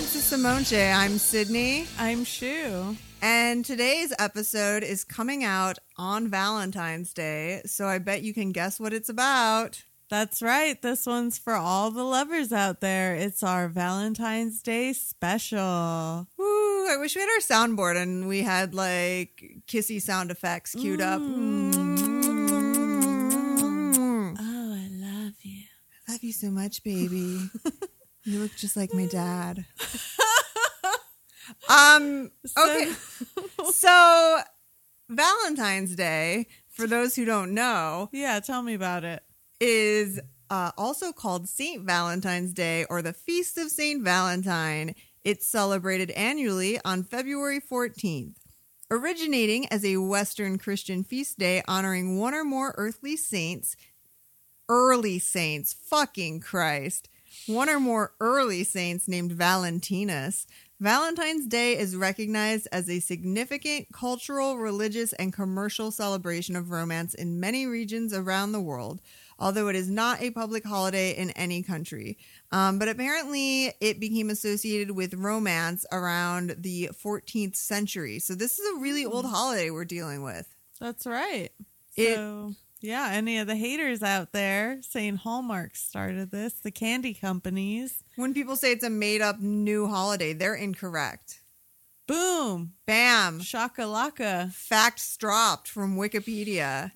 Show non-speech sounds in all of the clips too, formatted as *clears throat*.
Simonche. I'm Sydney. I'm Shu. And today's episode is coming out on Valentine's Day, so I bet you can guess what it's about. That's right. This one's for all the lovers out there. It's our Valentine's Day special. Woo, I wish we had our soundboard and we had like kissy sound effects queued up. Mm. Mm. Oh, I love you. Love you so much, baby. you look just like my dad. *laughs* um *laughs* okay. so Valentine's Day, for those who don't know, Yeah, tell me about it. is uh, also called St. Valentine's Day or the Feast of St. Valentine. It's celebrated annually on February 14th. Originating as a Western Christian feast day honoring one or more earthly saints, early saints, fucking Christ, one or more early saints named Valentinus, Valentine's Day is recognized as a significant cultural, religious, and commercial celebration of romance in many regions around the world, although it is not a public holiday in any country. Um, but apparently, it became associated with romance around the 14th century. So, this is a really old holiday we're dealing with. That's right. It- So, yeah, any of the haters out there saying Hallmark started this, the candy companies, When people say it's a made up new holiday, they're incorrect. boom, Bam! shakalaka. Facts dropped from Wikipedia.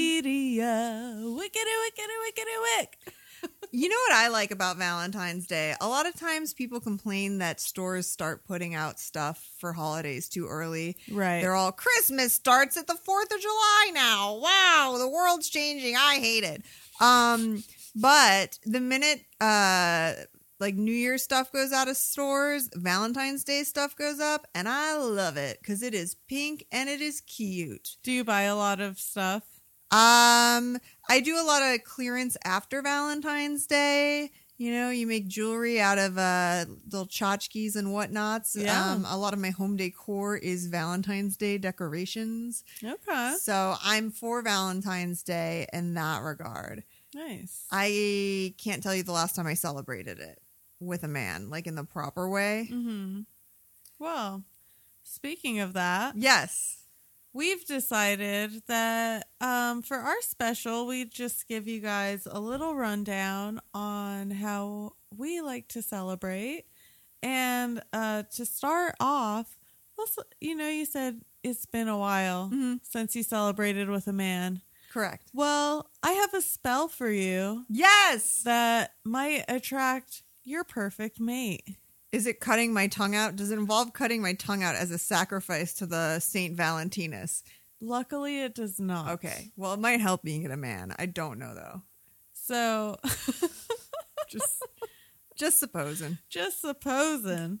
Wikipedia. Wickety, wickety, wickety, wick. You know what I like about Valentine's Day? A lot of times people complain that stores start putting out stuff for holidays too early. Right. They're all Christmas starts at the 4th of July now. Wow, the world's changing. I hate it. Um but the minute uh like New Year stuff goes out of stores, Valentine's Day stuff goes up, and I love it cuz it is pink and it is cute. Do you buy a lot of stuff? Um, I do a lot of clearance after Valentine's Day. You know, you make jewelry out of uh, little tchotchkes and whatnots. Yeah. Um, a lot of my home decor is Valentine's Day decorations. Okay. So I'm for Valentine's Day in that regard. Nice. I can't tell you the last time I celebrated it with a man, like in the proper way. Mm-hmm. Well, speaking of that, Yes. we've decided that um, for our special, we just give you guys a little rundown on how we like to celebrate. And uh, to start off, let's, you know, you said it's been a while Mhm. since you celebrated with a man. Correct. Well, I have a spell for you Yes. that might attract your perfect mate. Is it cutting my tongue out? Does it involve cutting my tongue out as a sacrifice to the Saint Valentinus? Luckily, it does not. Okay. Well, it might help being a man. I don't know though. So, *laughs* Just just supposing. just supposing.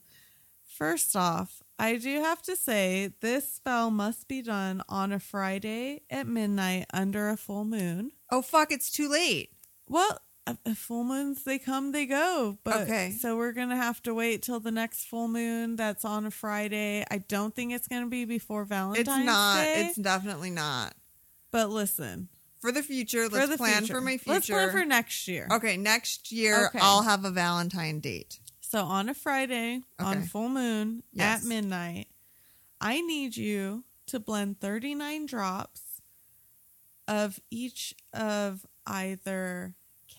First off, I do have to say this spell must be done on a Friday at midnight under a full moon. Oh fuck, it's too late. Well, uh, uh, full moons they come, they go. But Okay. so we're gonna have to wait till the next full moon that's on a Friday. I don't think it's gonna be before Valentine's it's not. Day. It's definitely not. but listen, For the future, for let's the plan future. for my Let's future. plan for next year. okay, next year Okay. I'll have a Valentine date. So on a Friday, on Okay. full moon Yes. at midnight, I need you to blend 39 drops of each of either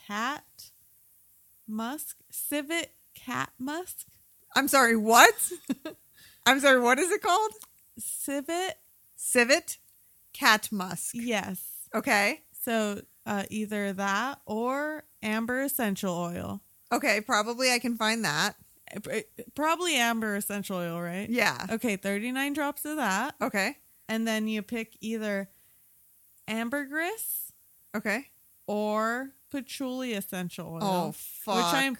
cat musk, civet cat musk, I'm sorry, what? *laughs* I'm sorry, what is it called? civet, Civet cat musk. yes. Okay. So uh, either that or amber essential oil. Eh, Okay, probably I can find that. Probably amber essential oil, right? Yeah. Okay, 39 drops of that. Okay. and then you pick either ambergris Okay. or patchouli essential oil. Oh fuck. Which I'm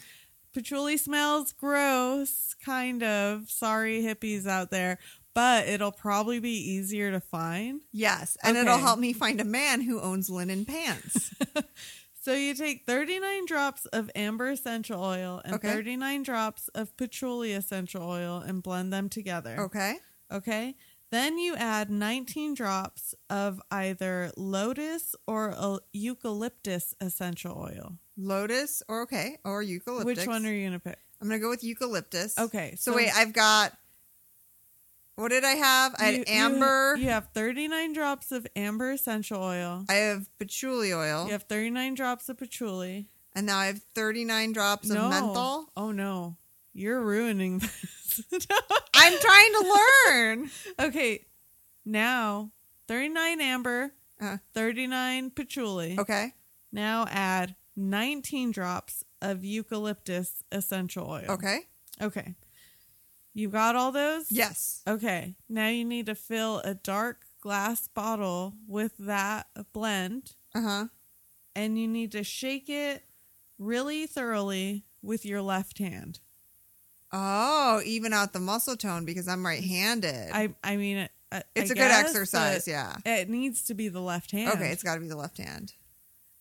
patchouli smells gross, kind of. Sorry, hippies out there, but it'll probably be easier to find. Yes, and it'll Okay. help me find a man who owns linen pants. So you take 39 drops of amber essential oil and Okay. 39 drops of patchouli essential oil and blend them together. Okay. *laughs* Okay. Then you add 19 drops of either lotus or uh, eucalyptus essential oil. Lotus or okay or eucalyptus. Which one are you going to pick? I'm gonna go with eucalyptus. Okay. So, wait, I've got. What did I have? I had you- you- amber. You, have 39 drops of amber essential oil. I have patchouli oil, You have 39 drops of patchouli. and now I have 39 drops no. of menthol. Oh no. You're ruining this. *laughs* I'm trying to learn. okay. Now, 39 amber, Uh. 39 patchouli. Okay. Now add 19 drops of eucalyptus essential oil. Okay. Okay. You got all those? Yes. Okay. Now you need to fill a dark glass bottle with that blend Uh huh. and you need to shake it really thoroughly with your left hand. Oh, even out the muscle tone because I'm right-handed. I I mean it, I- it's I a good guess, exercise. but Yeah. It needs to be the left hand. Okay, it's got to be the left hand.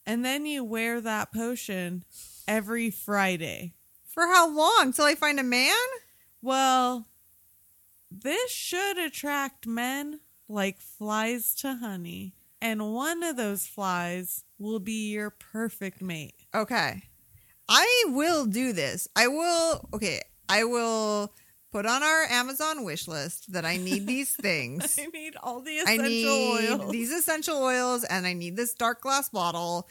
And then you wear that potion every Friday. For how long? Till I find a man? Well, this should attract men like flies to honey, and one of those flies will be your perfect mate. *laughs* Okay. I will do this. I will. Okay. I will put on our Amazon wish list that I *laughs* need these things. I need all the I essential need oils. these essential oils and I need this dark glass bottle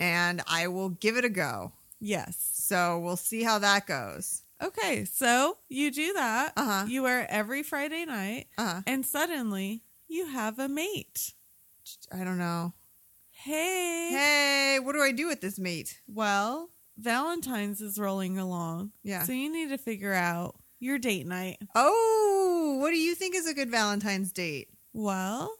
and I will give it a go. yes. So we'll see how that goes. Okay, so you do that. Uh-huh. You wear it every Friday night, Uh, and suddenly you have a mate. I don't know. Hey. Hey, what do I do with this mate? Well, Valentine's is rolling along. Yeah. So you need to figure out your date night. Oh, what do you think is a good Valentine's date? Well,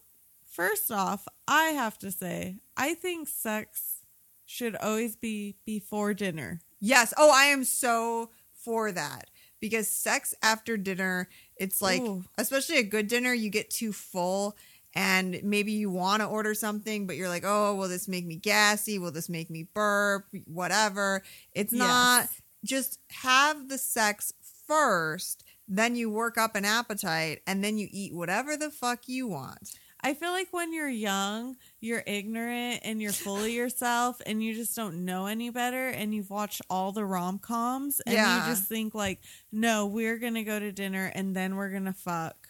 first off, I have to say, I think sex should always be before dinner. Yes. Oh, I am so for that because sex after dinner, it's like, Ooh. especially a good dinner, you get too full and maybe you want to order something, but you're like, oh, will this make me gassy? Will this make me burp? Whatever. It's not Yes. just have the sex first. Then you work up an appetite and then you eat whatever the fuck you want. I feel like when you're young, you're ignorant and *laughs* you're full of yourself and you just don't know any better and you've watched all the rom-coms and Yeah. you just think like, "No, we're going to go to dinner and then we're going to fuck."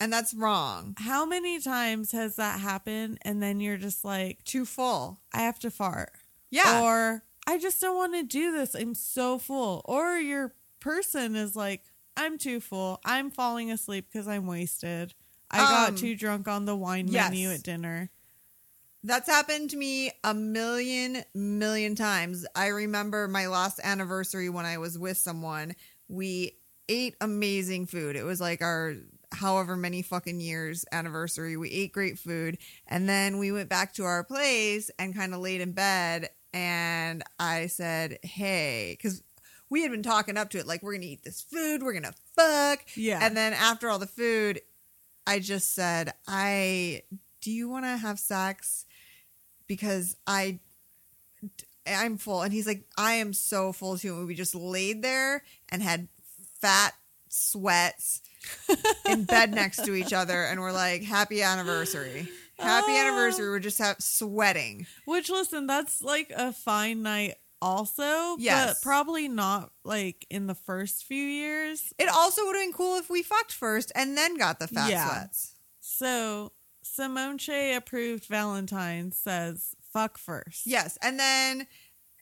And that's wrong. How many times has that happened and then you're just like, Too full. "I have to fart." Yeah. Or I just don't want to do this. I'm so full. Or your person is like, I'm too full. I'm falling asleep because I'm wasted. I Um, got too drunk on the wine yes. menu at dinner. That's happened to me a million, million times. I remember my last anniversary when I was with someone. We ate amazing food. It was like our however many fucking years anniversary. We ate great food. And then we went back to our place and kind of laid in bed. And I said, hey, because we had been talking up to it like, we're going to eat this food. We're going to fuck. Yeah. And then after all the food, I just said, I do you want to have sex? Because I I'm full. And he's like, I am so full too. And we just laid there and had fat *laughs* sweats in bed next to each other and we're like, Happy anniversary. Happy Oh. anniversary. We're just ha- sweating. Which, listen, that's like a fine night also. Yes. But probably not like in the first few years. It also would have been cool if we fucked first and then got the fat Yeah. sweats. So, Simonche approved Valentine says, fuck first. Yes. And then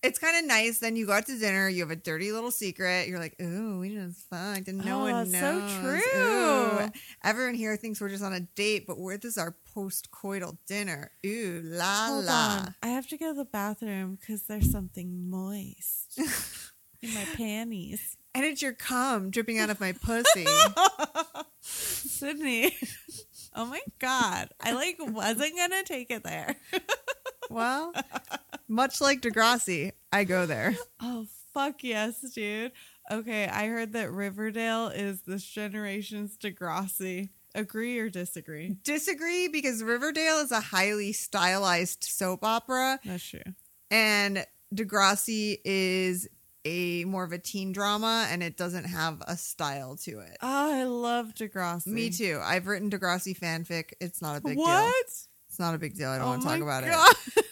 it's kind of nice. Then you go out to dinner, you have a dirty little secret. You're like, ooh, we just fucked. And no Oh, one it's so knows. true. Ooh. Everyone here thinks we're just on a date, but we're, this is our post coital dinner. Ooh, la Hold la. on. I have to go to the bathroom because there's something *laughs* moist in my *laughs* panties. And it's your cum dripping out of my *laughs* pussy. Sydney. Oh my god. I like wasn't gonna take it there. well, much like Degrassi, I go there. Oh fuck yes, dude. Okay, I heard that Riverdale is this generation's Degrassi. Agree or disagree? Disagree because Riverdale is a highly stylized soap opera. That's true. and Degrassi is a more of a teen drama and it doesn't have a style to it. Oh, I love Degrassi. Me too. I've written Degrassi fanfic. It's not a big deal. What? Oh It's not a big deal. I don't want to talk about it.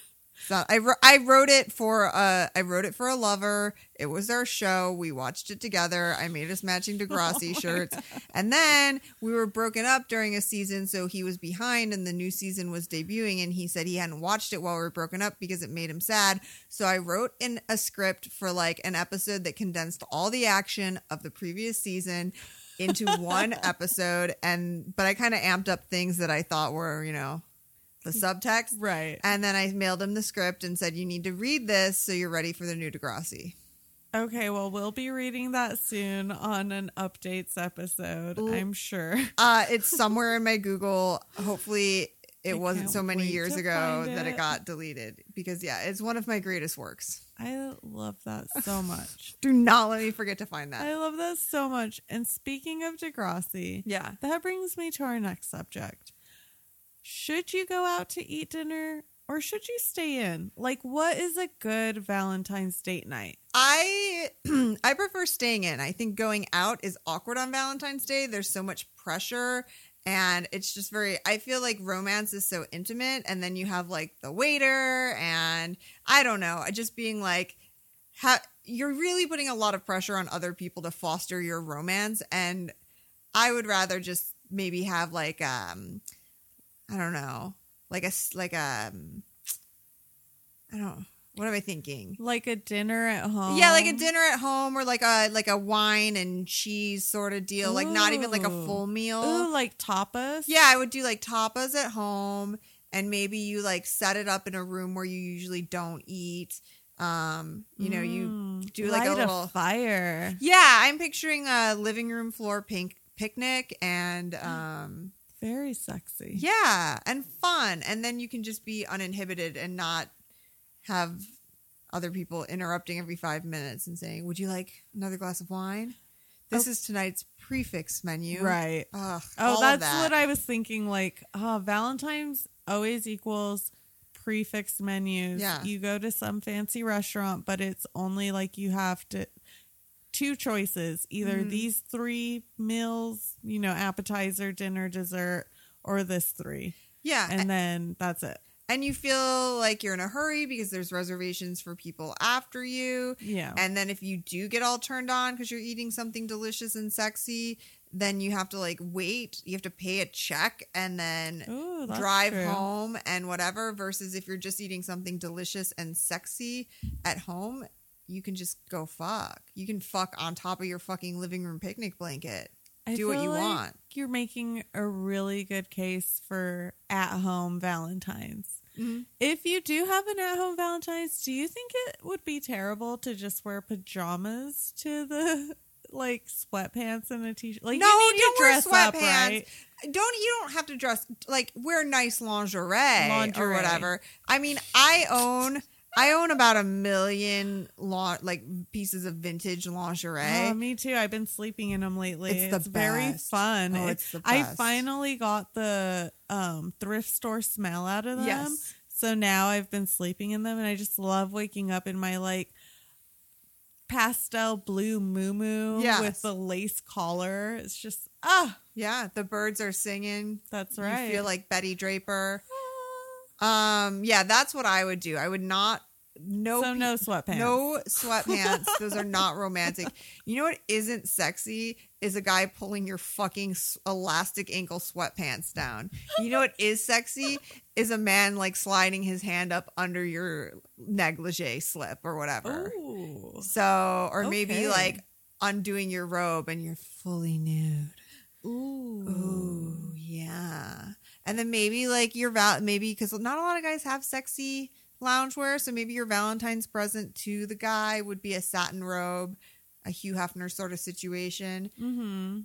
So I, wr- I wrote it for uh I wrote it for a lover. It was our show. We watched it together. I made us matching Degrassi shirts, and then we were broken up during a season, so he was behind, and the new season was debuting, and he said he hadn't watched it while we were broken up because it made him sad. So I wrote in a script for like an episode that condensed all the action of the previous season into one episode, and but I kind of amped up things that I thought were you know the subtext. Right. And then I mailed him the script and said, You need to read this so you're ready for the new Degrassi. Okay, well, we'll be reading that soon on an updates episode, Ooh. I'm sure. *laughs* Uh, it's somewhere in my Google. Hopefully, it I wasn't can't so many wait years to ago find that it it. got deleted because, yeah, it's one of my greatest works. I love that *laughs* so much. Do not let me forget to find that. I love that so much. And speaking of Degrassi, yeah. that brings me to our next subject. Should you go out to eat dinner or should you stay in? Like, what is a good Valentine's date night? I *clears throat* I prefer staying in. I think going out is awkward on Valentine's Day. There's so much pressure and it's just very I feel like romance is so intimate and then you have like the waiter and I don't know, I just being like ha- you're really putting a lot of pressure on other people to foster your romance and I would rather just maybe have like um I don't know, like a s- like a um, I don't what am I thinking? Like a dinner at home? Yeah, like a dinner at home or like a like a wine and cheese sort of deal. Like not even like a Ooh. full meal. Ooh, like tapas? Yeah, I would do like tapas at home and maybe you like set it up in a room where you usually don't eat. Um, you know, you Mm, do like a light little- fire. Yeah, I'm picturing a living room floor pink picnic and Mm. um Very sexy. yeah, and fun. And then you can just be uninhibited and not have other people interrupting every five minutes and saying, Would you like another glass of wine? This is tonight's prefix menu. Oh. Right. Ugh, Oh, all that's of that. what I was thinking. Like, oh, Valentine's always equals prefix menus. Yeah. You go to some fancy restaurant, but it's only like you have to two choices either Mhm. these three meals, you know, appetizer, dinner, dessert, or this three. Yeah. And, And then that's it. you feel like you're in a hurry because there's reservations for people after you. Yeah. And then if you do get all turned on because you're eating something delicious and sexy, then you have to like wait. You have to pay a check and then Ooh, that's drive true. home and whatever versus if you're just eating something delicious and sexy at home you can just go fuck you can fuck on top of your fucking living room picnic blanket I do what feel you like want. You're making a really good case for at home Valentine's. If you do have an at home Valentine's, do you think it would be terrible to just wear pajamas to the *laughs* like sweatpants and a t shirt? Like, No, you need don't to wear dress up, sweatpants. right? don't you don't have to dress like wear nice lingerie, or Lingerie. whatever i mean i own i own about a million lon- like pieces of vintage lingerie Oh, me too. I've been sleeping in them lately. It's the very best. fun. Oh, It- it's the I best. finally got the um, thrift store smell out of them. yes So now I've been sleeping in them, and I just love waking up in my like pastel blue moo Yes. with the lace collar. It's just ah, yeah the birds are singing that's You right. feel like betty draper Ah. Um, yeah, that's what I would do. I would not no so no sweatpants. *laughs* no sweatpants. Those are not romantic. You know what isn't sexy is a guy pulling your fucking s- elastic ankle sweatpants down. You know what is sexy is a man like sliding his hand up under your negligee slip or whatever. Ooh. So, or maybe Okay. like undoing your robe and you're fully nude. Ooh. Ooh, yeah. And then maybe like your val maybe because not a lot of guys have sexy loungewear, so maybe your Valentine's present to the guy would be a satin robe, a Hugh Hefner sort of situation. Mm-hmm.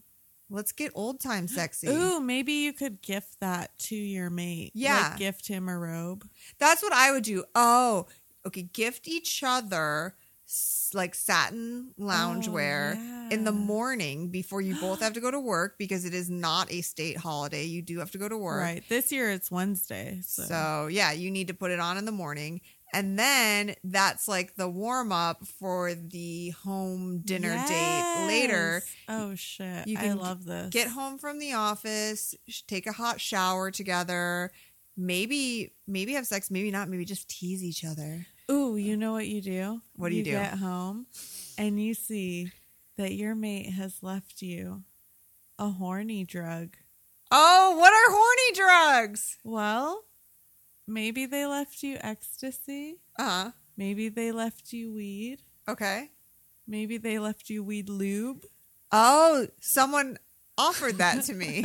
Let's get old *gasps* time sexy. Ooh, maybe you could gift that to your mate. Yeah. Like, gift him a robe. That's what I would do. Oh, okay. Gift each other s- like satin loungewear in the Oh, yeah. morning before you *gasps* both have to go to work because it is not a state holiday. You do have to go to work. Right. This year it's Wednesday. So, So yeah, you need to put it on in the morning. And then that's like the warm up for the home dinner date later. Yes. Oh shit. You You can I love this. Get home from the office, sh- take a hot shower together, maybe maybe have sex, maybe not, maybe just tease each other. Ooh, you know what you do? What do you do? get home and you see that your mate has left you a horny drug. Oh, what are horny drugs? Well, maybe they left you ecstasy. Uh Maybe they left you weed. huh. Okay. Maybe they left you weed lube. Oh, someone offered that to *laughs* me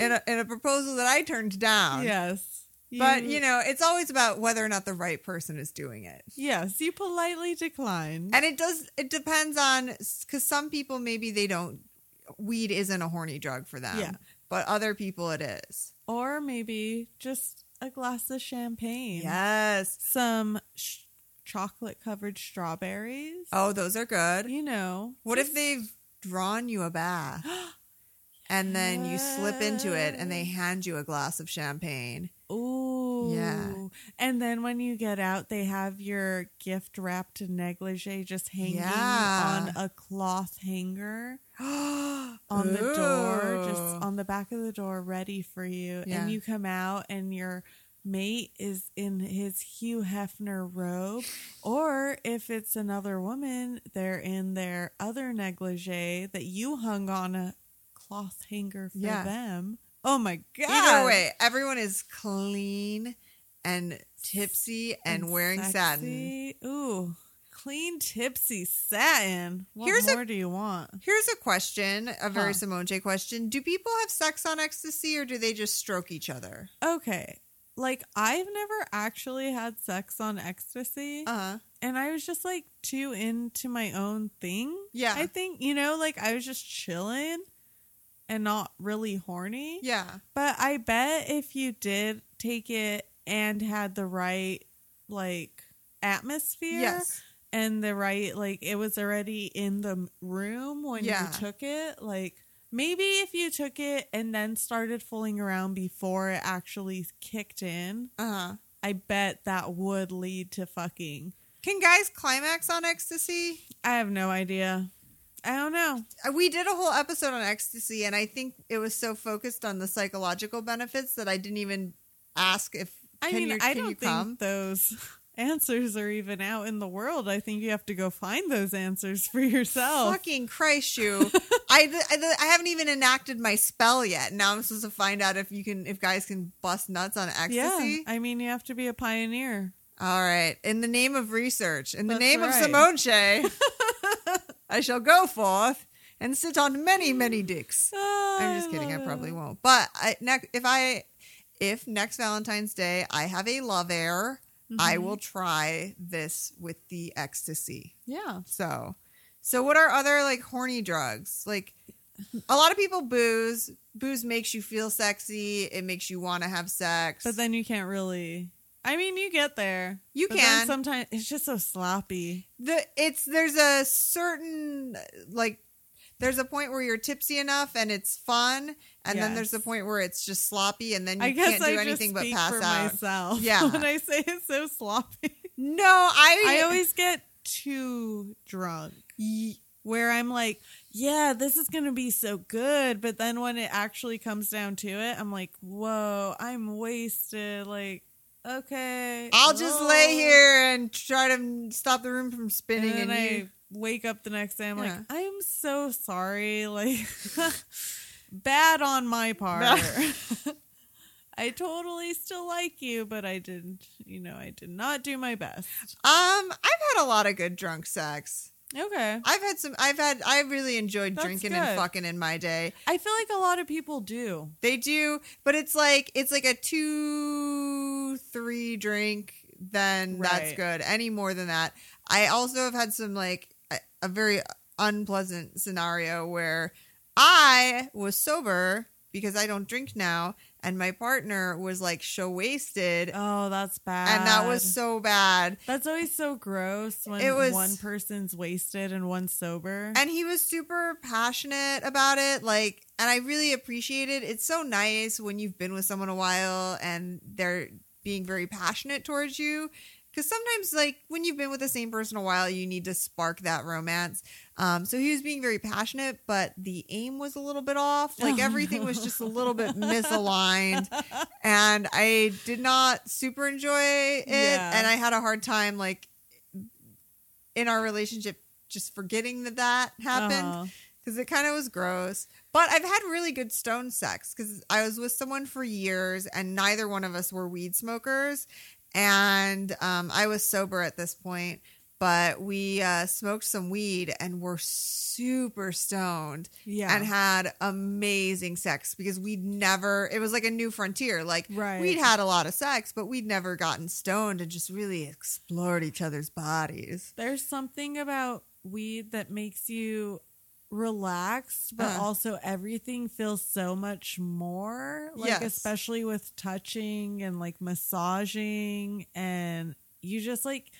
in a, in a proposal that I turned down. Yes. But you know, it's always about whether or not the right person is doing it. yes, you politely declined. And it does it depends on cuz some people maybe they don't weed isn't a horny drug for them. Yeah. But other people it is. or maybe just a glass of champagne. Yes. Some sh- chocolate covered strawberries. Oh, those are good. You know. What if they've drawn you a bath *gasps* and then you slip into it and they hand you a glass of champagne? Ooh. Yeah. And then when you get out, they have your gift wrapped in negligee just hanging Yeah. on a cloth hanger on *gasps* on the door, just on the back of the door, ready for you. Yeah. And you come out and your mate is in his Hugh Hefner robe. Or if it's another woman, they're in their other negligee that you hung on a cloth hanger for Yeah. them. Oh my God. Either way, everyone is clean and tipsy and, wearing satin. sexy. Ooh, clean, tipsy satin. What Here's a- more do you want? Here's a question, a very Huh. Simone J question. Do people have sex on ecstasy or do they just stroke each other? Okay. Like, I've never actually had sex on ecstasy, Uh-huh. and I was just like too into my own thing. Yeah. I think, you know, like I was just chilling and not really horny. Yeah. But I bet if you did take it and had the right, like, atmosphere. Yes. and the right like it was already in the m- room when Yeah. you took it like maybe if you took it and then started fooling around before it actually kicked in Uh-huh. i bet that would lead to fucking Can guys climax on ecstasy? Uh, i have no idea i don't know we did a whole episode on ecstasy and i think it was so focused on the psychological benefits that i didn't even ask if i can mean you, i can don't you think come those *laughs* answers are even out in the world i think you have to go find those answers for yourself fucking christ *laughs* you I, I i haven't even enacted my spell yet now i'm supposed to find out if you can if guys can bust nuts on ecstasy yeah i mean you have to be a pioneer all right in the name of research in the That's name right. of simone Shea, *laughs* i shall go forth and sit on many many dicks Oh, I'm just kidding. I love probably *laughs* it. won't. But I, next, if I, if next Valentine's Day I have a love air, I Mhm. will try this with the ecstasy. yeah So, so what are other like horny drugs? Like, a lot of people booze. Booze makes you feel sexy. It makes you want to have sex. But then you can't really. I mean, you get there. You But then can. Sometimes it's just so sloppy. the it's there's a certain like. There's a point where you're tipsy enough and it's fun, and then there's the Yes. point where it's just sloppy, and then you I guess can't do I just anything speak but pass for out. myself. *laughs* Yeah. When I say it's so sloppy, No, I I always get too drunk. Where I'm like, yeah, this is gonna be so good, but then when it actually comes down to it, I'm like, whoa, I'm wasted. Like, okay, I'll just well. lay here and try to stop the room from spinning Oh. and and, then you I wake up the next day. I'm Yeah. like, I'm so sorry. Like, *laughs* bad on *laughs* my part. *laughs* I totally still like you, but I didn't. You know, I did not do my best. Um, I've had a lot of good drunk sex. Okay, I've had some I've had I really enjoyed That's drinking good. and fucking in my day. I feel like a lot of people do. They do, but it's like it's like a two three drink, then that's Right. good. Any more than that. I also have had some like a, a very unpleasant scenario where I was sober because I don't drink now, and my partner was like so wasted Oh, that's bad. and that was so bad. that's always so gross when It was- one person's wasted and one's sober. *laughs* And he was super passionate about it, like, and I really appreciate it. It's so nice when you've been with someone a while and they're being very passionate towards you. Because sometimes, like when you've been with the same person a while, you need to spark that romance. Um, so he was being very passionate, but the aim was a little bit off. Like Oh, everything was no. just a little bit *laughs* misaligned, and I did not super enjoy it. Yeah. And I had a hard time, like in our relationship, just forgetting that that happened Uh-huh. because it kind of was gross. But I've had really good stone sex because I was with someone for years and neither one of us were weed smokers. And um, I was sober at this point, but we uh, smoked some weed and were super stoned Yeah. and had amazing sex because we'd never, it was like a new frontier. Like, Right. we'd had a lot of sex, but we'd never gotten stoned and just really explored each other's bodies. There's something about weed that makes you relaxed, but Uh. also everything feels so much more. Like Yes. especially with touching and like massaging and you just like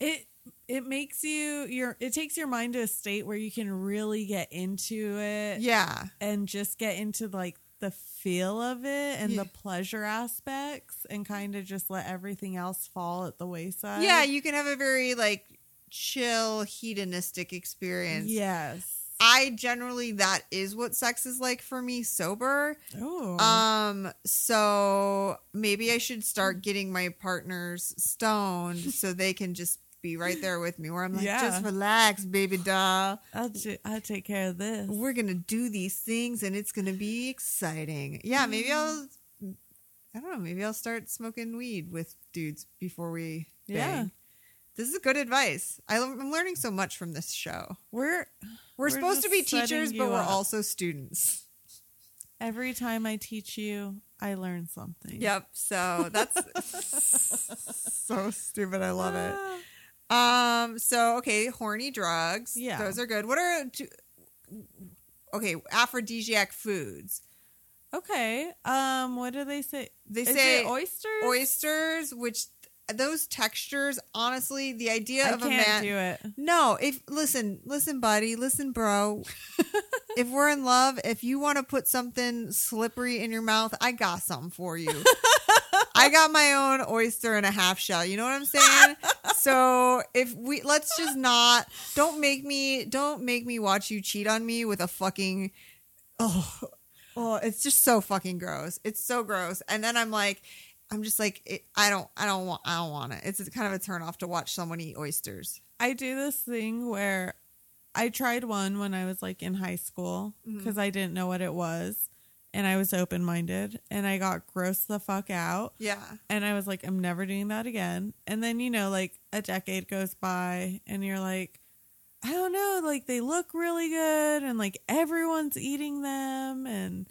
it it makes you your it takes your mind to a state where you can really get into it Yeah. and just get into like the feel of it and Yeah. the pleasure aspects and kind of just let everything else fall at the wayside. Yeah, you can have a very like chill hedonistic experience. Yes. I generally that is what sex is like for me sober. Oh. Um so maybe I should start Mm. getting my partners stoned so they can just be right there with me where I'm like *laughs* Yeah. just relax baby doll. I'll, ju- I'll take care of this. We're going to do these things and it's going to be exciting. Yeah, maybe Mm. I'll I don't know, maybe I'll start smoking weed with dudes before we bang. Yeah. This is good advice. I, am learning so much from this show. We're We're, We're supposed to just be setting teachers, you but we're up. also students. every time I teach you, I learn something. Yep. So that's *laughs* so stupid. I love it. Ah. Um. So okay, horny drugs. Yeah. those are good. What are do- okay aphrodisiac foods? Ah, Okay. Um. What do they say? They Is say it oysters. oysters, which those textures. Honestly, the idea I of a can't man. do it. No, if listen, listen, buddy, listen, bro. if we're in love, if you want to put something slippery in your mouth, I got something for you. I got my own oyster and a half shell. You know what I'm saying? so if we let's just not don't make me don't make me watch you cheat on me with a fucking oh oh it's just so fucking gross. It's so gross. And then I'm like. I'm just like it, I don't I don't want I don't want it. It's kind of a turn off to watch someone eat oysters. I do this thing where I tried one when I was like in high school Mhm. because I didn't know what it was, and I was open minded, and I got grossed the fuck out. Yeah. And I was like, I'm never doing that again. And then, you know, like a decade goes by and you're like, I don't know, like they look really good and like everyone's eating them. And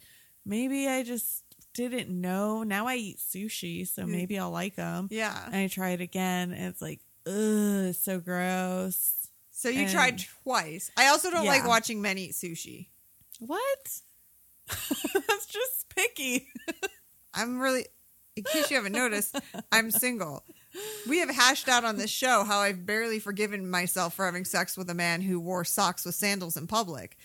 maybe I just didn't know. Now I eat sushi, so Mm. maybe I'll like them. Yeah. And I try it again and it's like, ugh, it's so gross. So you and- tried twice. I also don't like Yeah. watching men eat sushi. What? *laughs* That's *laughs* just picky. I'm really, in case you haven't *laughs* noticed, I'm single. We have hashed out on this show how I've barely forgiven myself for having sex with a man who wore socks with sandals in public.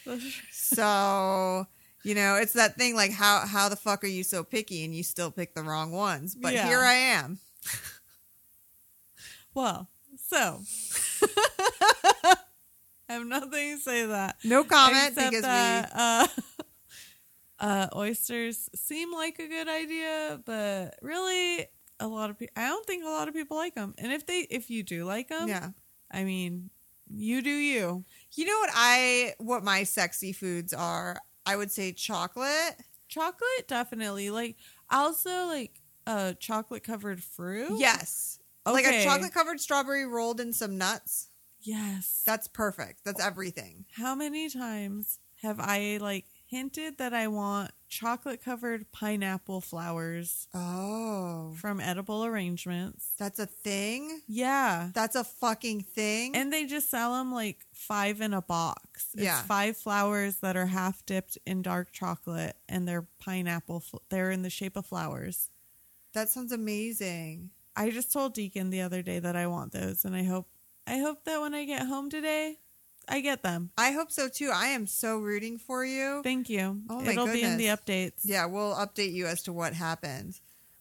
So, *laughs* you know, it's that thing like how how the fuck are you so picky and you still pick the wrong ones? But Yeah. here I am. well, so *laughs* I have nothing to say to that. No comment Except because that, uh, *laughs* uh, oysters seem like a good idea, but really, a lot of people. I don't think a lot of people like them. And if they, if you do like we them, Yeah. I mean, you do you. You know what I what my sexy foods are? I would say chocolate. Chocolate, definitely. Like also like uh, chocolate covered fruit. Yes. Like a Okay. chocolate covered strawberry rolled in some nuts. Yes. That's perfect. That's everything. How many times have I like hinted that I want chocolate covered pineapple flowers Oh. from edible arrangements? That's a thing? Yeah. That's a fucking thing? And they just sell them like five in a box. It's Yeah. five flowers that are half dipped in dark chocolate and they're pineapple. Fl- they're in the shape of flowers. that sounds amazing. I just told Deacon the other day that I want those and I hope I hope that when I get home today, I get them. I hope so too. I am so rooting for you. Thank you. Oh my It'll be in the goodness. updates. Yeah, we'll update you as to what happened.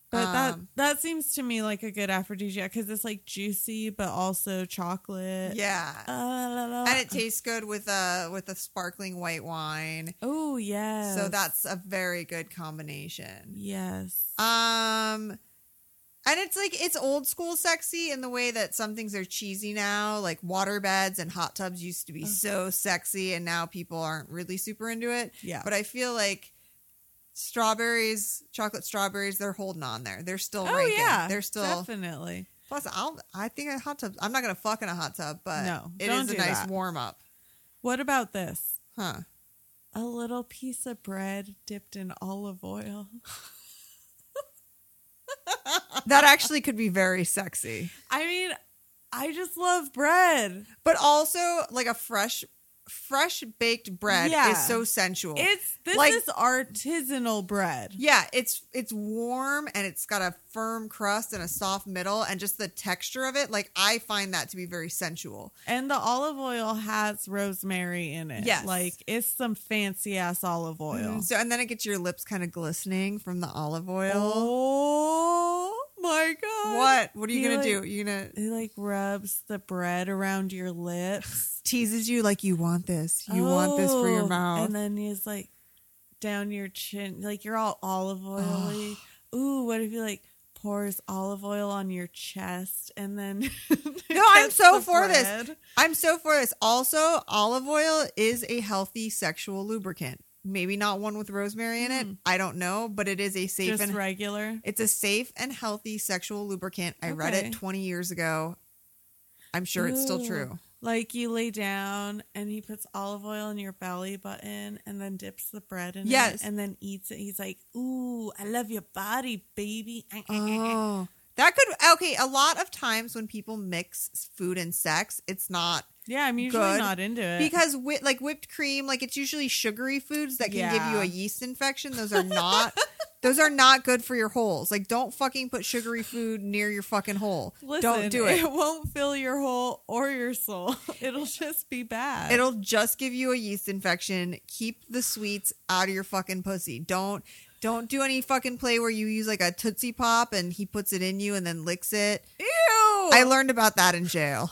But that Um, that seems to me like a good aphrodisiac because it's like juicy but also chocolate. Ah, Yeah. and uh, it tastes good with a with a sparkling white wine. oh yes. So that's a very good combination. yes. Um and it's like it's old school sexy in the way that some things are cheesy now, like water beds and hot tubs used to be Ugh. so sexy and now people aren't really super into it. yeah. But I feel like strawberries, chocolate strawberries, they're holding on there. They're still oh ranking. yeah. They're still definitely. plus I'll I think a hot tub I'm not gonna fuck in a hot tub, but No, it don't is a do nice that. warm up. What about this? Huh. *laughs* A little piece of bread dipped in olive oil. *laughs* That actually could be very sexy. I mean, I just love bread. But also like a fresh fresh baked bread Yeah. is so sensual. It's this Like- is artisanal bread. yeah, it's it's warm and it's got a firm crust and a soft middle and just the texture of it, like I find that to be very sensual. And the olive oil has rosemary in it. Yes. Like it's some fancy ass olive oil. Mm, so and then it gets your lips kind of glistening from the olive oil. Oh my god. Mm-hmm. What? What are you Be gonna like- do? You gonna It like rubs the bread around your lips. teases you like you want this. *gasps* You want this for your Oh, mouth. And then he's like down your chin. Like you're all olive oily. Ooh, what if he like pours olive oil on your chest and then *laughs* No, I'm gets so the for this. bread? I'm so for this. Also, olive oil is a healthy sexual lubricant. Maybe not one with rosemary in it. Mm. I don't know, but it is a safe Just and regular. it's a safe and healthy sexual lubricant. I read Okay. it 20 years ago. I'm sure it's still Ooh. true. Like you lay down and he puts olive oil in your belly button and then dips the bread in Yes. it and then eats it. He's like, Ooh, I love your body, baby. Oh. *laughs* That could okay, a lot of times when people mix food and sex, it's not Yeah, I'm usually Good. not into it. because whi- like whipped cream, like it's usually sugary foods that can give you Yeah. a yeast infection. Those *laughs* are not those are not good for your holes. Like don't fucking put sugary food near your fucking hole. don't Listen, do it. It won't fill your hole or your soul. *laughs* It'll just be bad. It'll just give you a yeast infection. Keep the sweets out of your fucking pussy. Don't don't do any fucking play where you use like a Tootsie Pop and he puts it in you and then licks it. ew. I learned about that in *laughs* jail.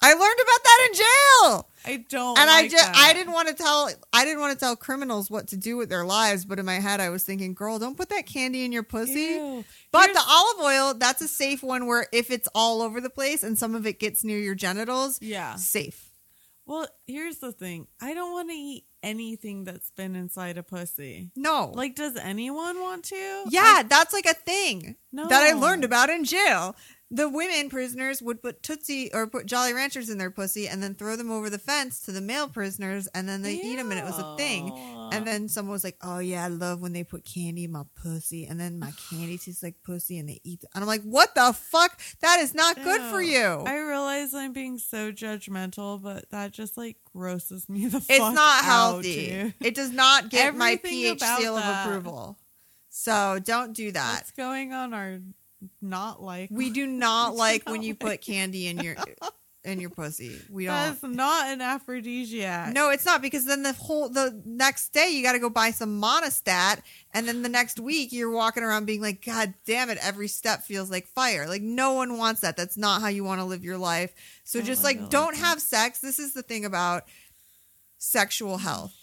I learned about that in jail. I don't. and I like just that. I didn't want to tell I didn't want to tell criminals what to do with their lives, but in my head I was thinking, girl, don't put that candy in your pussy. Ew. But Here's- the olive oil, that's a safe one where if it's all over the place and some of it gets near your genitals, yeah. safe. Well, here's the thing. I don't want to eat anything that's been inside a pussy. No. Like, does anyone want to? yeah, that's like a thing No. that I Oh. learned about in jail. The women prisoners would put Tootsie or put Jolly Ranchers in their pussy and then throw them over the fence to the male prisoners and then they eat 'em eat them and it was a thing. Ew. And then someone was like, "Oh yeah, I love when they put candy in my pussy, and then my candy *sighs* tastes like pussy, and they eat." It. And I'm like, "What the fuck? That is not good for Ew. you. I realize I'm being so judgmental, but that just like grosses me the it's fuck not out, healthy. dude. it does not get my Everything pH about seal of that. approval. So don't do that. What's going on are not like we do not It's like not when you like- put candy in your in your pussy. We don't. *laughs* That's not an aphrodisiac. No, it's not because then the whole the next day you got to go buy some monostat, and then the next week you're walking around being like, God damn it, every step feels like fire. Like no one wants that. That's not how you want to live your life. So No just one like really don't does. have sex. This is the thing about sexual health.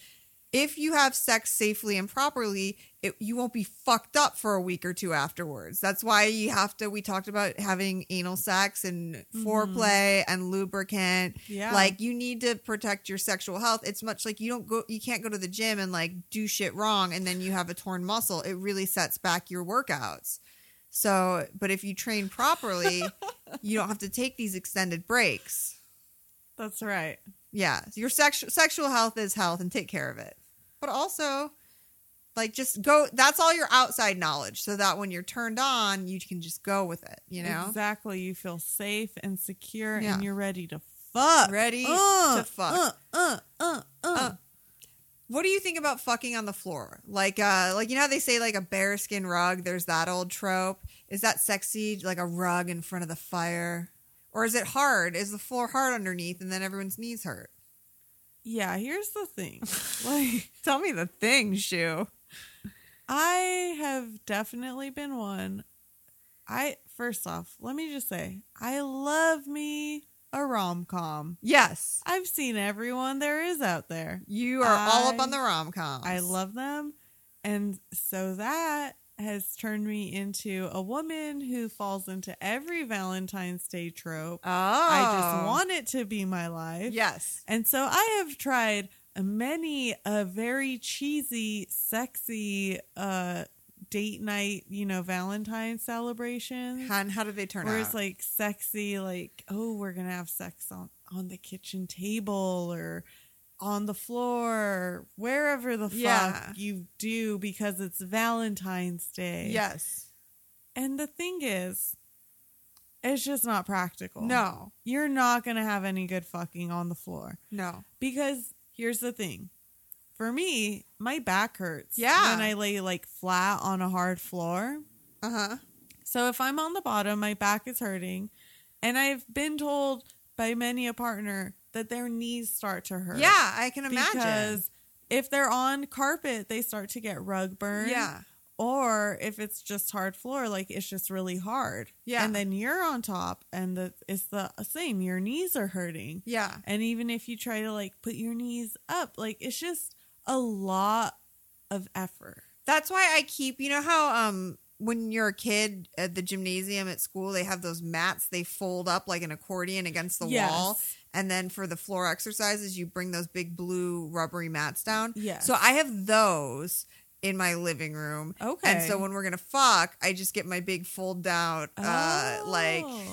If you have sex safely and properly, it, you won't be fucked up for a week or two afterwards. That's why you have to. We talked about having anal sex and foreplay and lubricant Yeah. like you need to protect your sexual health. It's much like you don't go you can't go to the gym and like do shit wrong and then you have a torn muscle. It really sets back your workouts. So, but if you train *laughs* properly, you don't have to take these extended breaks. That's right. Yeah. Your sexual sexual health is health and take care of it. But also like just go that's all your outside knowledge so that when you're turned on, you can just go with it, you know? Exactly. You feel safe and secure Yeah. and you're ready to fuck. Ready Uh, to fuck. Uh, uh, uh, uh. What do you think about fucking on the floor? Like uh like you know how they say like a bearskin rug, there's that old trope. Is that sexy like a rug in front of the fire? Or is it hard? Is the floor hard underneath and then everyone's knees hurt? *laughs* Yeah, here's the thing. Like Tell me the thing, Shu. I have definitely been one. I first off, let me just say, I love me a rom com. Yes. I've seen everyone there is out there. You are all up I- on the rom coms. I love them. And so that has turned me into a woman who falls into every Valentine's Day trope. Oh. I just want it to be my life. Yes. And so I have tried uh, many a very cheesy, sexy uh date night, you know, Valentine's celebrations. And how did they turn where out? it's like sexy, like, oh, we're gonna have sex on, on the kitchen table or on the floor, or wherever the fuck Yeah. you do because it's Valentine's Day. yes. And the thing is, it's just not practical. No. You're not gonna have any good fucking on the floor. No. Because here's the thing. For me, my back hurts. Yeah. When I lay like flat on a hard floor. Uh huh. So if I'm on the bottom, my back is hurting. And I've been told by many a partner that their knees start to hurt. Yeah, I can imagine. Because if they're on carpet, they start to get rug burn. yeah. Or if it's just hard floor, like it's just really hard. Yeah. And then you're on top and the, it's the same. Your knees are hurting. Yeah. And even if you try to like put your knees up, like it's just a lot of effort. That's why I keep, you know how um when you're a kid at the gymnasium at school, they have those mats they fold up like an accordion against the Yes. wall. And then for the floor exercises, you bring those big blue rubbery mats down. Yes. So I have those in my living room. Okay. And so when we're going to fuck, I just get my big fold down, uh, like Oh.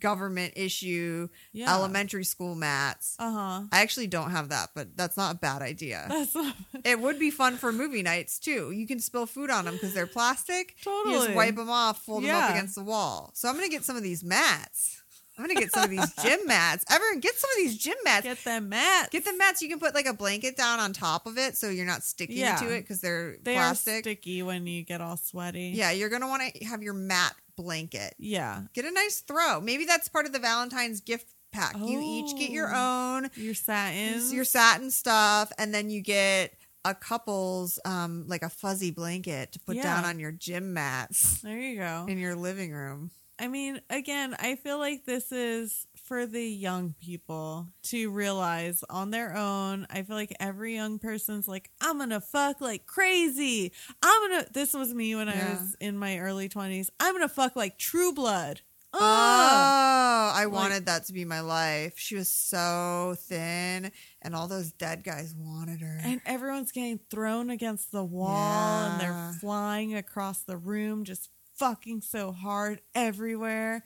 government issue, Yeah. elementary school mats. Uh *laughs* huh. I actually don't have that, but that's not a bad idea. That's not *laughs* It would be fun for movie nights too. You can spill food on them because they're plastic. You Totally. just wipe them off, fold them up Yeah. against the wall. So I'm gonna get some of these mats. I'm gonna get some of these gym mats. Everyone, get some of these gym mats. Get, get them mat. the mats. You can put like a blanket down on top of it so you're not sticking Yeah. to it because they're they are plastic. sticky when you get all sweaty. yeah, you're gonna want to have your mat blanket. Yeah. Get a nice throw. Maybe that's part of the Valentine's gift pack. You each get your own. Your satin. your satin stuff, and then you get a couple's um like a fuzzy blanket to put Yeah. down on your gym mats *laughs* there you go. in your living room. I mean, again, I feel like this is for the young people to realize on their own. I feel like every young person's like, I'm gonna fuck like crazy. I'm gonna. This was me when I Yeah. was in my early 20s. I'm gonna fuck like true blood. Oh, Ah. I wanted that to be my life. She was so thin, and all those dead guys wanted her. And everyone's getting thrown against the wall and Yeah. they're flying across the room, just fucking so hard everywhere.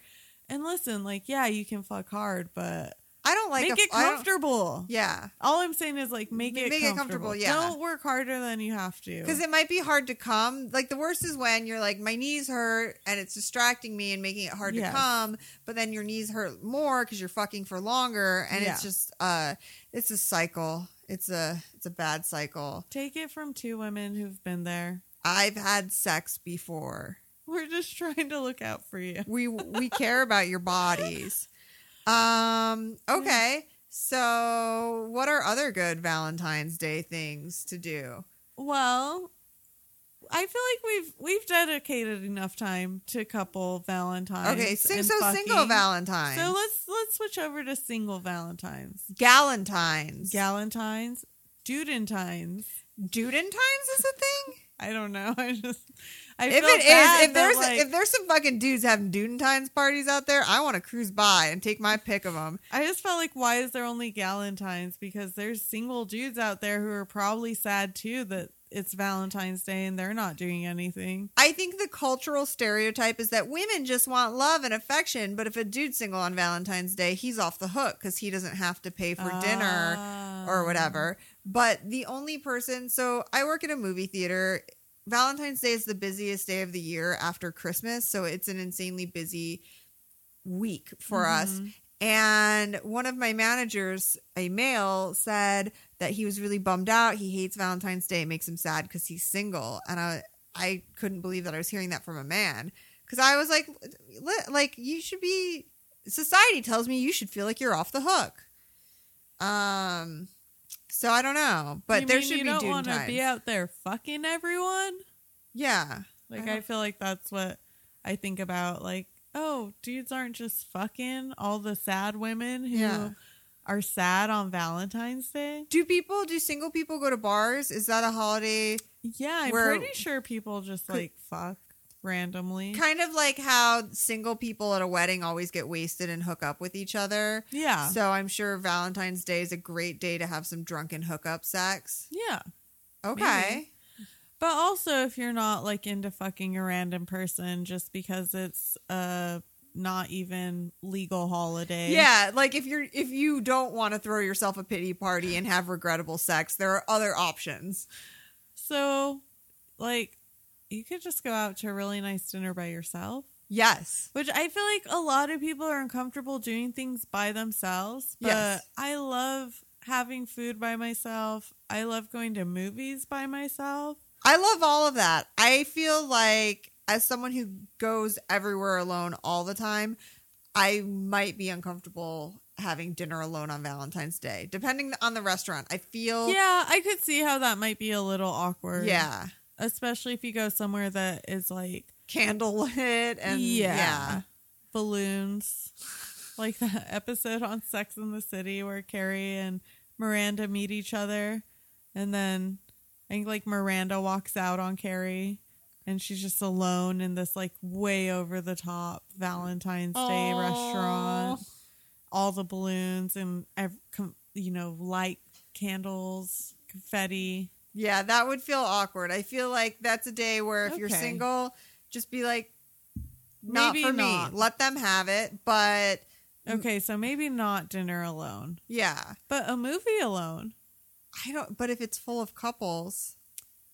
And listen, like, yeah, you can fuck hard, but I don't like make a- it I don't- comfortable. Yeah, All I'm saying is, like, make Ma- it make it comfortable. comfortable, yeah. Don't work harder than you have to. because it might be hard to come. Like the worst is when you're like, my knees hurt, and it's distracting me and making it hard Yes. to come. But then your knees hurt more because you're fucking for longer, and it's Yeah. just uh, it's a cycle. It's a it's a bad cycle. Take it from two women who've been there. I've had sex before. We're just *laughs* trying to look out for you. We *laughs* we care about your bodies. Um. Okay. So, what are other good Valentine's Day things to do? Well, I feel like we've we've dedicated enough time to couple Valentine's. Okay, sing and so single fucking. Valentine's. So let's let's switch over to single Valentines, Galentine's. Galentines, Dudentines. Dudentines is a thing. I don't know. *laughs* I just I if feel it bad is, if that, there's like, if there's some fucking dudes having Dudentines parties out there, I want to cruise by and take my pick of them. I just felt like why is there only Galentines? Because there's single dudes out there who are probably sad too that it's Valentine's Day and they're not doing anything. I think the cultural stereotype is that women just want love and affection, but if a dude's single on Valentine's Day, he's off the hook because he doesn't have to pay for dinner or Ah. whatever. But the only person, so I work at a movie theater. Valentine's Day is the busiest day of the year after Christmas, so it's an insanely busy week for us. Mhm. And one of my managers, a male, said that he was really bummed out. He hates Valentine's Day. It makes him sad because he's single. And I, I couldn't believe that I was hearing that from a man because I was like, li- like you should be. Society tells me you should feel like you're off the hook. Um, so I don't know, but You there mean should you be don't dude wanna times. be out there fucking everyone. Yeah. Like I I, feel like that's what I think about. Like, oh, dudes aren't just fucking all the sad women who Yeah. are sad on Valentine's Day. Do people, do single people go to bars? Is that a holiday? Yeah, I'm Where- pretty sure people just Could- like fuck randomly. Kind of like how single people at a wedding always get wasted and hook up with each other. yeah. So I'm sure Valentine's Day is a great day to have some drunken hookup sex. yeah. Okay. But also if you're not like into fucking a random person just because it's uh not even legal holiday. Yeah, like if you're if you don't want to throw yourself a pity party and have regrettable sex, there are other options. So like you could just go out to a really nice dinner by yourself. Yes. Which I feel like a lot of people are uncomfortable doing things by themselves, but Yes. I love having food by myself. I love going to movies by myself. I love all of that. I feel like as someone who goes everywhere alone all the time, I might be uncomfortable having dinner alone on Valentine's Day, depending on the restaurant. I feel Yeah, I could see how that might be a little awkward. yeah, Especially if you go somewhere that is like candlelit and yeah. balloons. Like that *laughs* episode on Sex in the City where Carrie and Miranda meet each other and then I think like Miranda walks out on Carrie and she's just alone in this like way over the top Valentine's Day Aw. restaurant. All the balloons and ev- com- you know light candles, confetti. Yeah, that would feel awkward. I feel like that's a day where if you're Okay. single, just be like, not Maybe for not. me. Let them have it. But Okay, so maybe not dinner alone, yeah, but a movie alone. I don't. But if it's full of couples,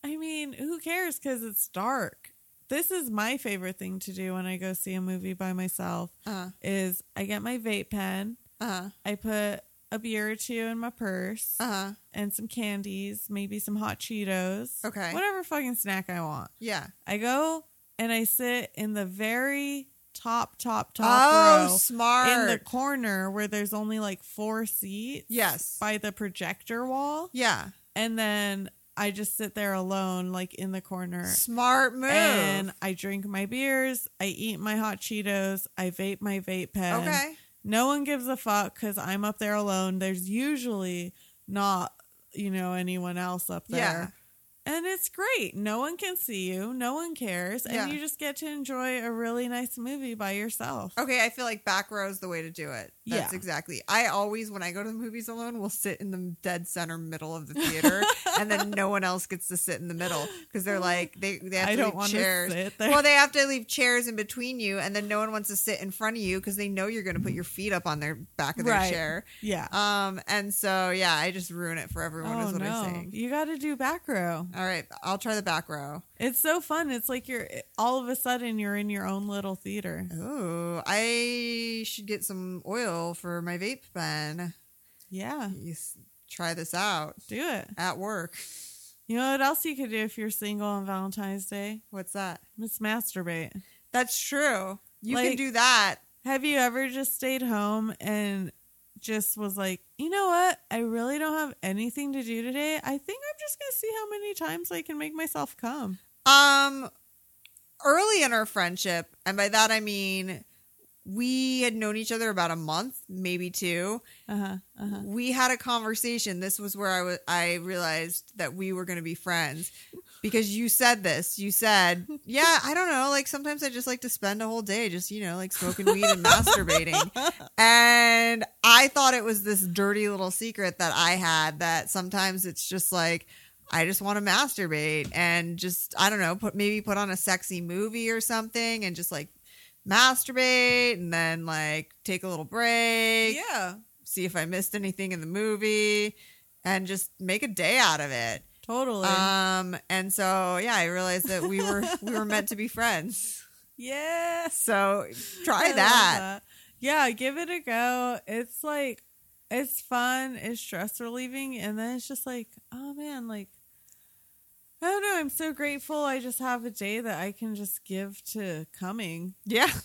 I mean, who cares because it's dark. This is my favorite thing to do when I go see a movie by myself uh, is I get my vape pen, uh, I put a beer or two in my purse uh, and some candies, maybe some hot Cheetos. Okay. Whatever fucking snack I want. yeah. I go and I sit in the very top top oh, top smart. row in the corner where there's only like four seats yes. by the projector wall Yeah. and then I just sit there alone like in the corner Smart move. and I drink my beers, I eat my hot Cheetos, I vape my vape pen. okay. No one gives a fuck because I'm up there alone. There's usually not, you know, anyone else up there. And it's great. No one can see you, no one cares. And Yeah. you just get to enjoy a really nice movie by yourself. Okay, I feel like back row is the way to do it. That's Yeah. exactly. I always, when I go to the movies alone, will sit in the dead center middle of the theater, and then no one else gets to sit in the middle because they're like they they have I to don't leave want chairs. to sit there. Well, they have to leave chairs in between you, and then no one wants to sit in front of you because they know you're going to put your feet up on their back of their Right. chair. *laughs* yeah. Um, and so yeah, I just ruin it for everyone. Oh, is what no. I'm saying. You got to do back row. All right, I'll try the back row. It's so fun. It's like you're all of a sudden you're in your own little theater. Oh, I should get some oil for my vape pen. Yeah. You s- try this out Do it. at work. You know what else you could do if you're single on Valentine's Day? What's that? It's masturbate. That's true. You can Like- do that. Have you ever just stayed home and just was like, you know what? I really don't have anything to do today. I think I'm just going to see how many times I can make myself come. Um, early in our friendship, and by that I mean we had known each other about a month, maybe two. Uh huh. Uh huh. We had a conversation. This was where I was. I realized that we were going to be friends because you said this. You said, "Yeah, I don't know. Like sometimes I just like to spend a whole day just you know like smoking weed and masturbating." And I thought it was this dirty little secret that I had that sometimes it's just like I just want to masturbate and just I don't know, put maybe put on a sexy movie or something and just like masturbate and then like take a little break, Yeah. see if I missed anything in the movie and just make a day out of it. Totally. Um and so yeah, I realized that we *laughs* were we were meant to be friends. yes. So I try love that. Yeah, give it a go. It's like it's fun, it's stress relieving, and then it's just like, oh man, like I don't know, I'm so grateful I just have a day that I can just give to coming. Yeah. *laughs*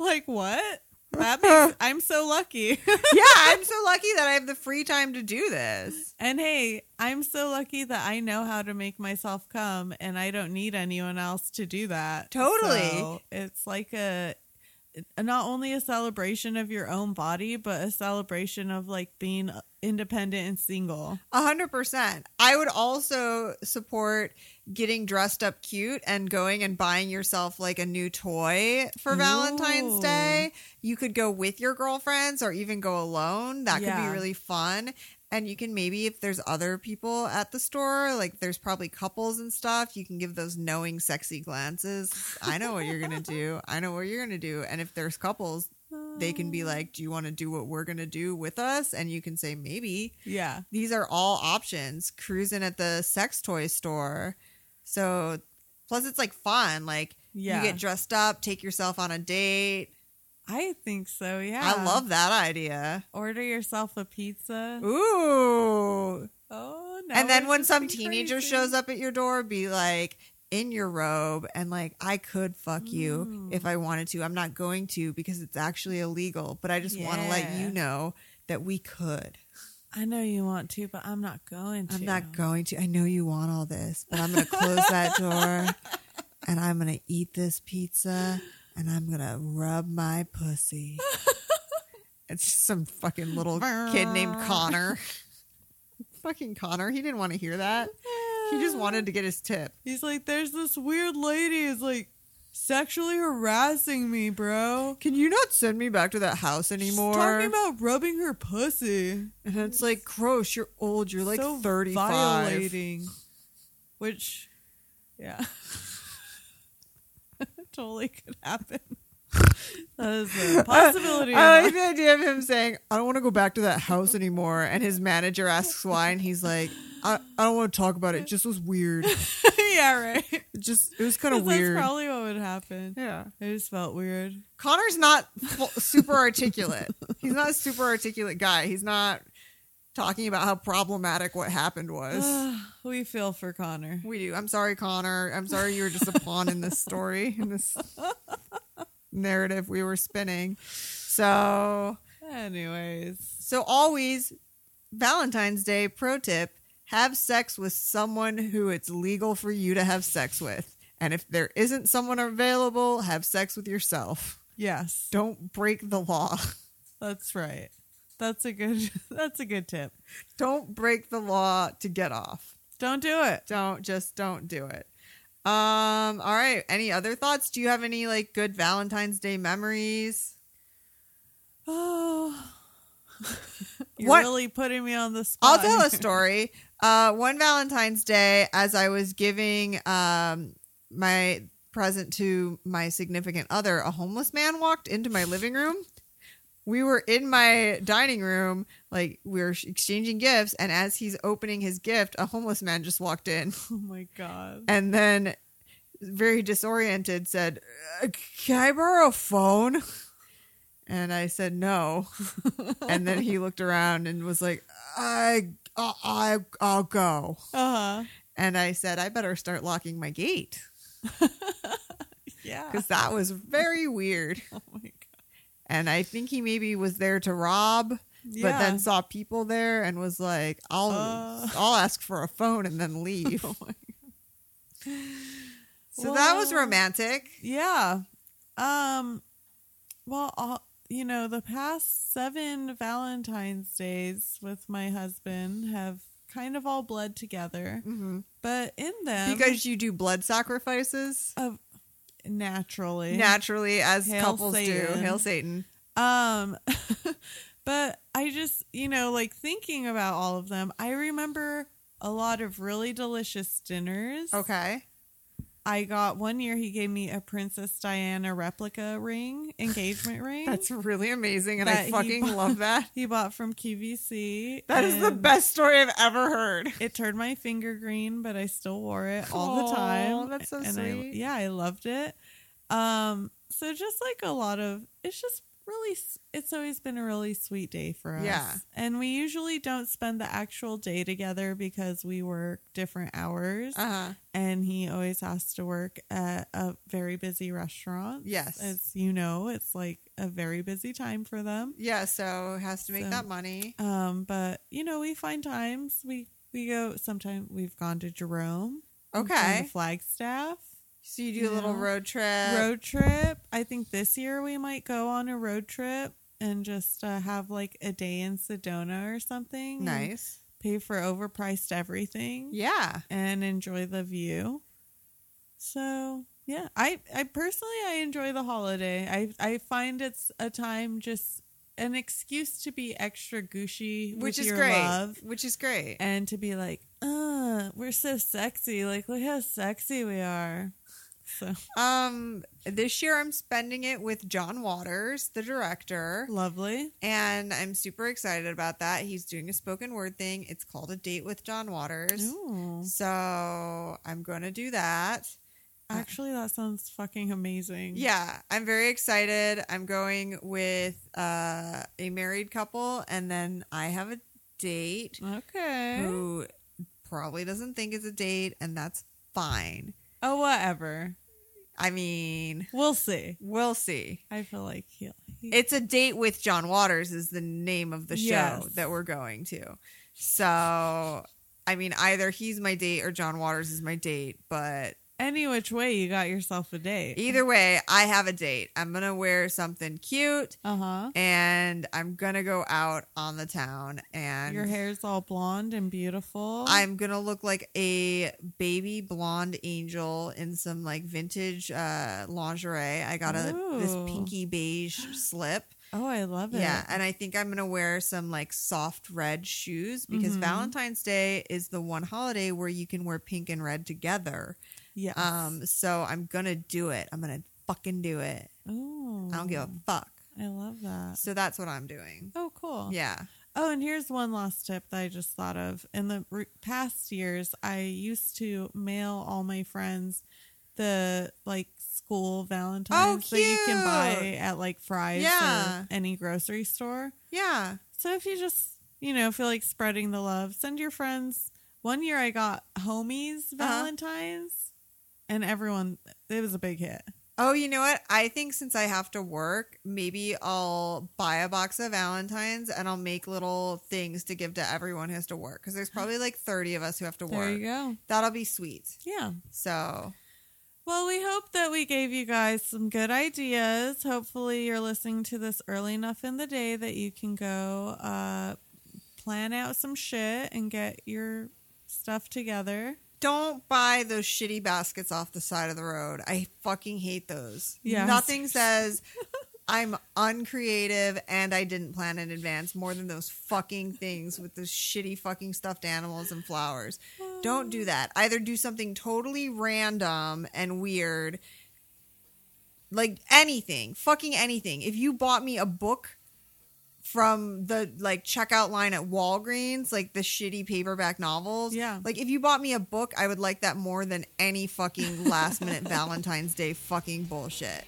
Like what? *laughs* That makes, I'm so lucky. yeah, I'm so lucky that I have the free time to do this. And hey, I'm so lucky that I know how to make myself come and I don't need anyone else to do that. Totally. So it's like a not only a celebration of your own body, but a celebration of like being independent and single. A hundred percent. I would also support getting dressed up cute and going and buying yourself like a new toy for Valentine's Ooh. Day. You could go with your girlfriends or even go alone. That could Yeah. be really fun. And you can maybe, if there's other people at the store, like there's probably couples and stuff, you can give those knowing, sexy glances. I know what you're *laughs* going to do. I know what you're going to do. And if there's couples, they can Mm. be like, Do you want to do what we're going to do with us? And you can say, Maybe Yeah. these are all options cruising at the sex toy store so plus it's like fun like Yeah. you get dressed up take yourself on a date I think so. Yeah. i love that idea order yourself a pizza. ooh Oh no. and then when some teenager shows up at your door be like in your robe and like i could fuck you Ooh. if i wanted to i'm not going to because it's actually illegal but i just want to let Yeah. you know that we could I know you want to, but I'm not going to. I'm not going to. I know you want all this, but I'm going to close that *laughs* door and I'm going to eat this pizza and I'm going to rub my *laughs* pussy. It's just some fucking little kid *laughs* named Connor. *laughs* fucking Connor. He didn't want to hear that. He *laughs* just wanted to get his tip. He's like, there's this weird lady is like sexually harassing me, bro. Can you not send me back to that house anymore? She's talking about rubbing her pussy. and it's like, gross, you're old. You're like so 35. violating. Which, yeah, *laughs* totally could happen. *laughs* that is a *laughs* possibility. I like the idea of him saying, I don't want to go back to that house anymore. And his manager asks why, and he's like, I, I don't want to talk about it. It just was weird. It *laughs* yeah, *laughs* right. just it was kind of 'Cause that's weird. probably what would happen. yeah. It just felt weird. Connor's not fu- super articulate. He's not a super articulate guy. He's not talking about how problematic what happened *sighs* was. we feel for Connor. we do. I'm sorry, Connor. I'm sorry you were just a pawn in this story, in *laughs* this narrative we were spinning. So Anyways, So always Valentine's Day pro tip, have sex with someone who it's legal for you to have sex with. And if there isn't someone available, have sex with yourself. yes, Don't break the law. *laughs* that's right. That's a good. *laughs* That's a good tip. Don't break the law to get off. Don't do it. Don't just don't do it. Um all right, any other thoughts? Do you have any like good Valentine's Day memories? Oh, *laughs* you're What- really putting me on the spot. I'll tell *laughs* a story. Uh, one Valentine's Day, as I was giving um, my present to my significant other, a homeless man walked into my living room. We were in my dining room, like we were exchanging gifts, and as he's opening his gift, a homeless man just walked in Oh my god. and then, very disoriented, said, "Uh, Can I borrow a phone? And I said, No *laughs* *laughs* and then he looked around and was like, "I, I, I'll go." Uh huh. And I said, "I better start locking my gate Yeah. because that was very weird." *laughs* Oh my god. And I think he maybe was there to rob, Yeah. but then saw people there and was like, "I'll, Uh. I'll ask for a phone and then leave." *laughs* Oh my- so that was Well, romantic. Yeah. Um. Well, all, you know, the past seven Valentine's days with my husband have kind of all bled together, hmm but in them, Because you do blood sacrifices of naturally, naturally, as Hail couples do. Satan. Hail Satan! Um, *laughs* but I just, you know, like thinking about all of them, I remember a lot of really delicious dinners. Okay. I got one year he gave me a Princess Diana replica ring, *laughs* engagement ring. That's really amazing, and That I he fucking bought- love that. *laughs* he bought from QVC. That is the and best story I've ever heard. It turned my finger green, but I still wore it all Aw, the time. that's so and I, sweet. yeah, I loved it. Um, so just like a lot of, it's just really s- it's always been a really sweet day for us. Yeah. And we usually don't spend the actual day together because we work different hours Uh-huh. and he always has to work at a very busy restaurant. Yes. As you know, it's like a very busy time for them. Yeah, so has to make So- that money. Um but you know, we find times we we go sometimes we've gone to Jerome. we've gone to Okay. Uh, Flagstaff. So you do you a little know, road trip. road trip. I think this year we might go on a road trip and just uh, have like a day in Sedona or something. and Nice. Pay for overpriced everything Yeah. and enjoy the view. So yeah, I I personally I enjoy the holiday. I I find it's a time just an excuse to be extra gushy, with Which is your great. love Which is great. and to be like, uh, we're so sexy. Like look how sexy we are. So Um this year I'm spending it with John Waters, the director. lovely. And I'm super excited about that. He's doing a spoken word thing. It's called A Date with John Waters. Ooh. So I'm going to do that. Actually, that sounds fucking amazing. Yeah, I'm very excited. I'm going with uh, a married couple, and then I have a date Okay. who probably doesn't think it's a date, and that's fine. Oh, whatever. I mean, We'll see. we'll see. I feel like he'll. He, It's a date with John Waters is the name of the show Yes. that we're going to. So, I mean, either he's my date or John Waters is my date, but any which way, you got yourself a date. either way, I have a date. I'm going to wear something cute. Uh huh. and I'm gonna go out on the town and Your hair's all blonde and beautiful. I'm gonna look like a baby blonde angel in some like vintage uh, lingerie. I got a this Ooh. pinky *gasps* beige slip, Oh, I love it. yeah, and I think I'm gonna wear some like soft red shoes because Mhm. Valentine's Day is the one holiday where you can wear pink and red together. yes. Um, so I'm gonna do it. I'm gonna fucking do it. Ooh. I don't give a fuck. I love that. So that's what I'm doing. Oh, cool. Yeah. Oh, and here's one last tip that I just thought of. In the re- past years, I used to mail all my friends the like school Valentine's that you can buy cute. at like Fry's Yeah. or any grocery store. Yeah. So if you just you know feel like spreading the love, send your friends. One year I got homies Valentines, and everyone it was a big hit. Oh, you know what? I think since I have to work, maybe I'll buy a box of Valentines and I'll make little things to give to everyone who has to work because there's probably like 30 of us who have to There work. you go. That'll be sweet. Yeah. So, Well, we hope that we gave you guys some good ideas. Hopefully, you're listening to this early enough in the day that you can go uh, plan out some shit and get your stuff together. don't buy those shitty baskets off the side of the road. I fucking hate those. Yes. Nothing says I'm uncreative and I didn't plan in advance more than those fucking things with those shitty fucking stuffed animals and flowers. Don't do that. Either do something totally random and weird, like anything, fucking anything. If you bought me a book from the like checkout line at Walgreens, like the shitty paperback novels, Yeah. Like if you bought me a book, I would like that more than any fucking last *laughs* minute Valentine's Day fucking bullshit.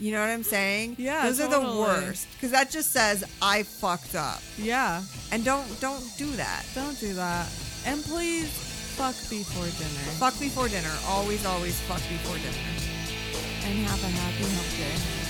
You know what I'm saying? Yeah, those are the totally. worst because that just says I fucked up, Yeah, and don't don't do that. don't do that. And please fuck before dinner Fuck before dinner. Always, always fuck before dinner. and have a happy hump day.